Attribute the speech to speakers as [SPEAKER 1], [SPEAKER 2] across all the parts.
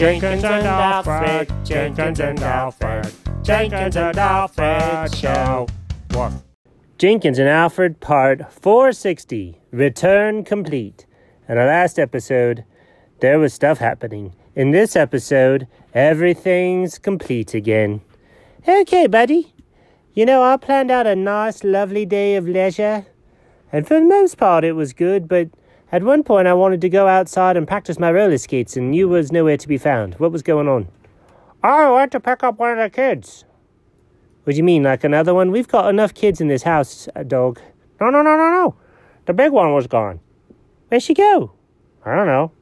[SPEAKER 1] Jenkins and Alfred, Jenkins and Alfred, Jenkins and Alfred show. What?
[SPEAKER 2] Jenkins and Alfred, part 460, return complete. In our last episode, there was stuff happening. In this episode, everything's complete again. Okay, buddy. You know, I planned out a nice, lovely day of leisure. And for the most part, it was good, but at one point, I wanted to go outside and practice my roller skates, and you was nowhere to be found. What was going on? I went to pick up one of the kids. What do you mean, like another one? We've got enough kids in this house, uh, dog. No, no, no, no, no. The big one was gone. Where'd she go? I don't know.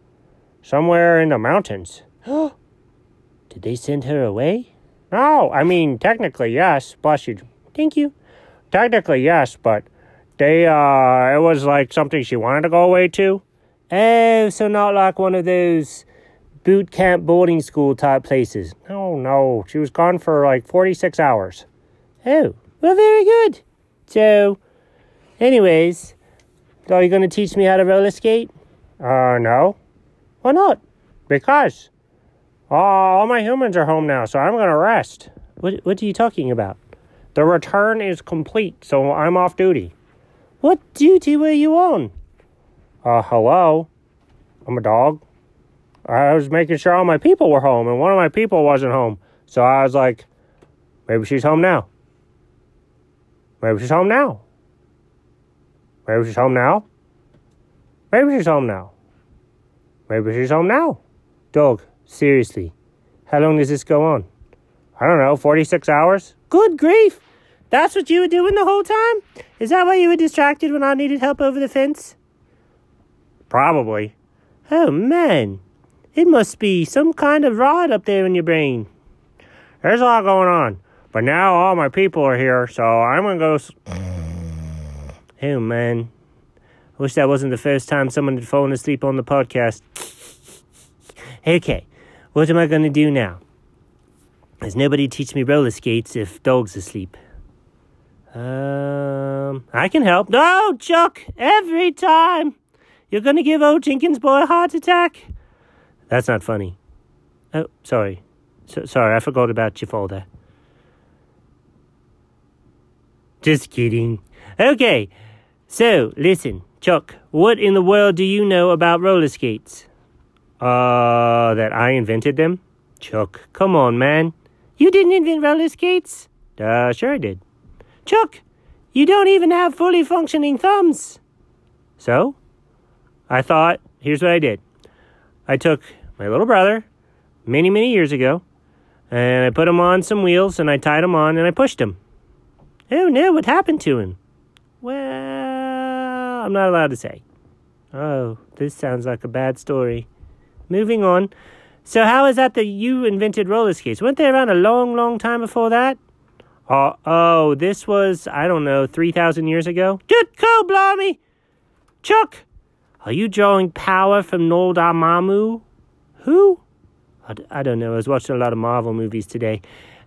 [SPEAKER 2] Somewhere in the mountains. Did they send her away? No, I mean, technically, yes, bless you. Thank you. Technically, yes, but they, uh, it was like something she wanted to go away to. Oh, so not like one of those boot camp boarding school type places. No, no, she was gone for like 46 hours. Oh, well, very good. So, anyways, are you going to teach me how to roller skate? Uh, no. Why not? Because. Uh, all my humans are home now, so I'm going to rest. What, what are you talking about? The return is complete, so I'm off duty. What duty were you on? Uh, hello? I'm a dog. I was making sure all my people were home, and one of my people wasn't home. So I was like, maybe she's home now. Maybe she's home now. Maybe she's home now. Maybe she's home now. Maybe she's home now. Dog, seriously, how long does this go on? I don't know, 46 hours? Good grief! That's what you were doing the whole time? Is that why you were distracted when I needed help over the fence? Probably. Oh, man. It must be some kind of rot up there in your brain. There's a lot going on. But now all my people are here, so I'm gonna go. S- oh man, I wish that wasn't the first time someone had fallen asleep on the podcast. okay, what am I gonna do now? Does nobody teach me roller skates if dog's asleep? Um, I can help. No, Chuck, every time. You're gonna give old Jenkins boy a heart attack. That's not funny. Oh, sorry. So, sorry, I forgot about your folder. Just kidding. Okay, so listen, Chuck, what in the world do you know about roller skates? Uh, that I invented them? Chuck, come on, man. You didn't invent roller skates? Uh, sure I did. Chuck, you don't even have fully functioning thumbs. So? I thought, here's what I did. I took my little brother many, many years ago, and I put him on some wheels and I tied him on and I pushed him. Oh no, what happened to him? Well, I'm not allowed to say. Oh, this sounds like a bad story. Moving on. So, how is that that you invented roller skates? Weren't they around a long, long time before that? Uh, oh, this was, I don't know, 3,000 years ago? Good call, Blimey! Chuck, are you drawing power from Nold Amamu? Who? I, d- I don't know. I was watching a lot of Marvel movies today.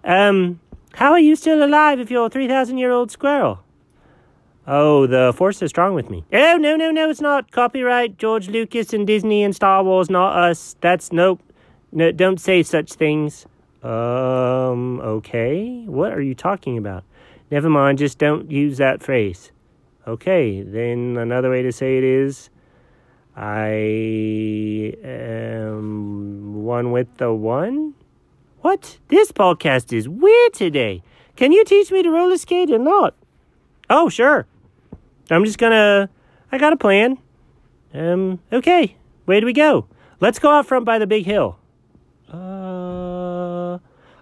[SPEAKER 2] Um, how are you still alive if you're a 3,000 year old squirrel? Oh, the force is strong with me. Oh, no, no, no, it's not. Copyright George Lucas and Disney and Star Wars, not us. That's nope. No, don't say such things. Um, okay. What are you talking about? Never mind, just don't use that phrase. Okay, then another way to say it is I am one with the one? What? This podcast is weird today. Can you teach me to roller skate or not? Oh, sure. I'm just gonna. I got a plan. Um, okay. Where do we go? Let's go out front by the big hill. Uh,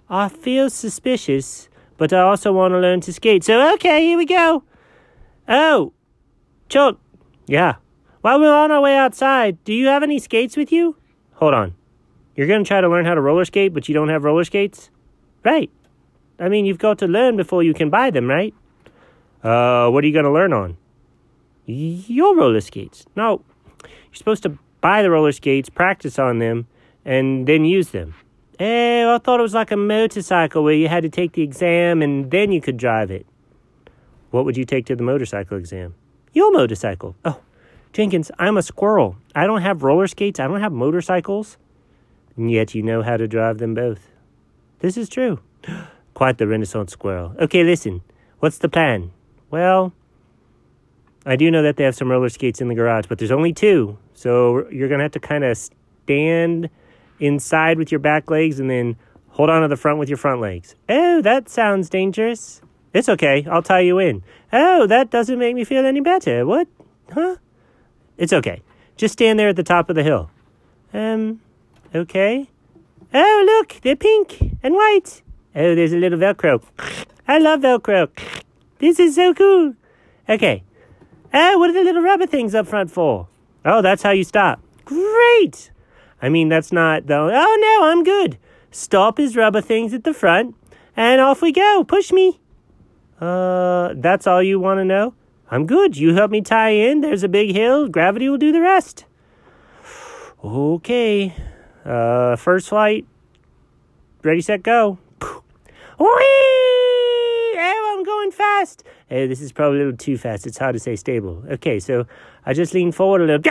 [SPEAKER 2] I feel suspicious, but I also want to learn to skate. So, okay, here we go. Oh, Chuck. Yeah. While we're on our way outside, do you have any skates with you? Hold on. You're going to try to learn how to roller skate, but you don't have roller skates? Right. I mean, you've got to learn before you can buy them, right? Uh, what are you going to learn on? Your roller skates. No. You're supposed to buy the roller skates, practice on them, and then use them. Oh, I thought it was like a motorcycle where you had to take the exam and then you could drive it. What would you take to the motorcycle exam? Your motorcycle. Oh, Jenkins, I'm a squirrel. I don't have roller skates. I don't have motorcycles. and yet you know how to drive them both. This is true. Quite the Renaissance squirrel. Okay, listen. What's the plan? Well, I do know that they have some roller skates in the garage, but there's only two. So you're going to have to kind of stand inside with your back legs and then hold on to the front with your front legs. Oh, that sounds dangerous. It's okay. I'll tie you in. Oh, that doesn't make me feel any better. What? Huh? It's okay. Just stand there at the top of the hill. Um, okay. Oh, look, they're pink and white. Oh, there's a little Velcro. I love Velcro. This is so cool. Okay. Oh, what are the little rubber things up front for? Oh, that's how you stop. Great. I mean, that's not the. Oh, no, I'm good. Stop his rubber things at the front, and off we go. Push me. Uh, that's all you want to know? I'm good. You help me tie in. There's a big hill. Gravity will do the rest. Okay. Uh, first flight. Ready, set, go. Whee! Oh, I'm going fast. Hey, this is probably a little too fast. It's hard to say stable. Okay, so I just lean forward a little.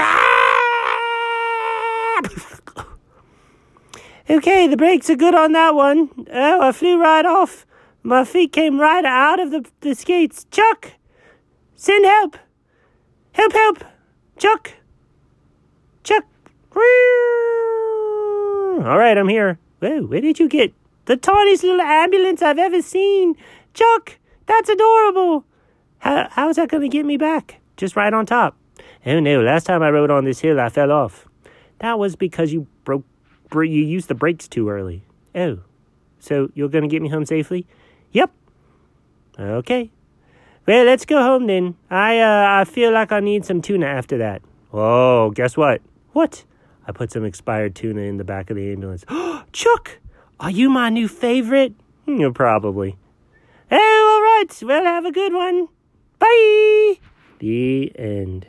[SPEAKER 2] okay, the brakes are good on that one. Oh, I flew right off. My feet came right out of the, the skates. Chuck! Send help! Help, help! Chuck! Chuck! All right, I'm here. Whoa, where did you get the tiniest little ambulance I've ever seen? Chuck, that's adorable. How, how's that going to get me back? Just right on top. Oh no, last time I rode on this hill, I fell off. That was because you broke, br- you used the brakes too early. Oh, so you're going to get me home safely? Yep. Okay. Well, let's go home then. I uh, I feel like I need some tuna after that. Oh, guess what? What? I put some expired tuna in the back of the ambulance. Chuck, are you my new favorite? you probably. Oh, all right. Well, have a good one. Bye. The end.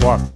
[SPEAKER 1] What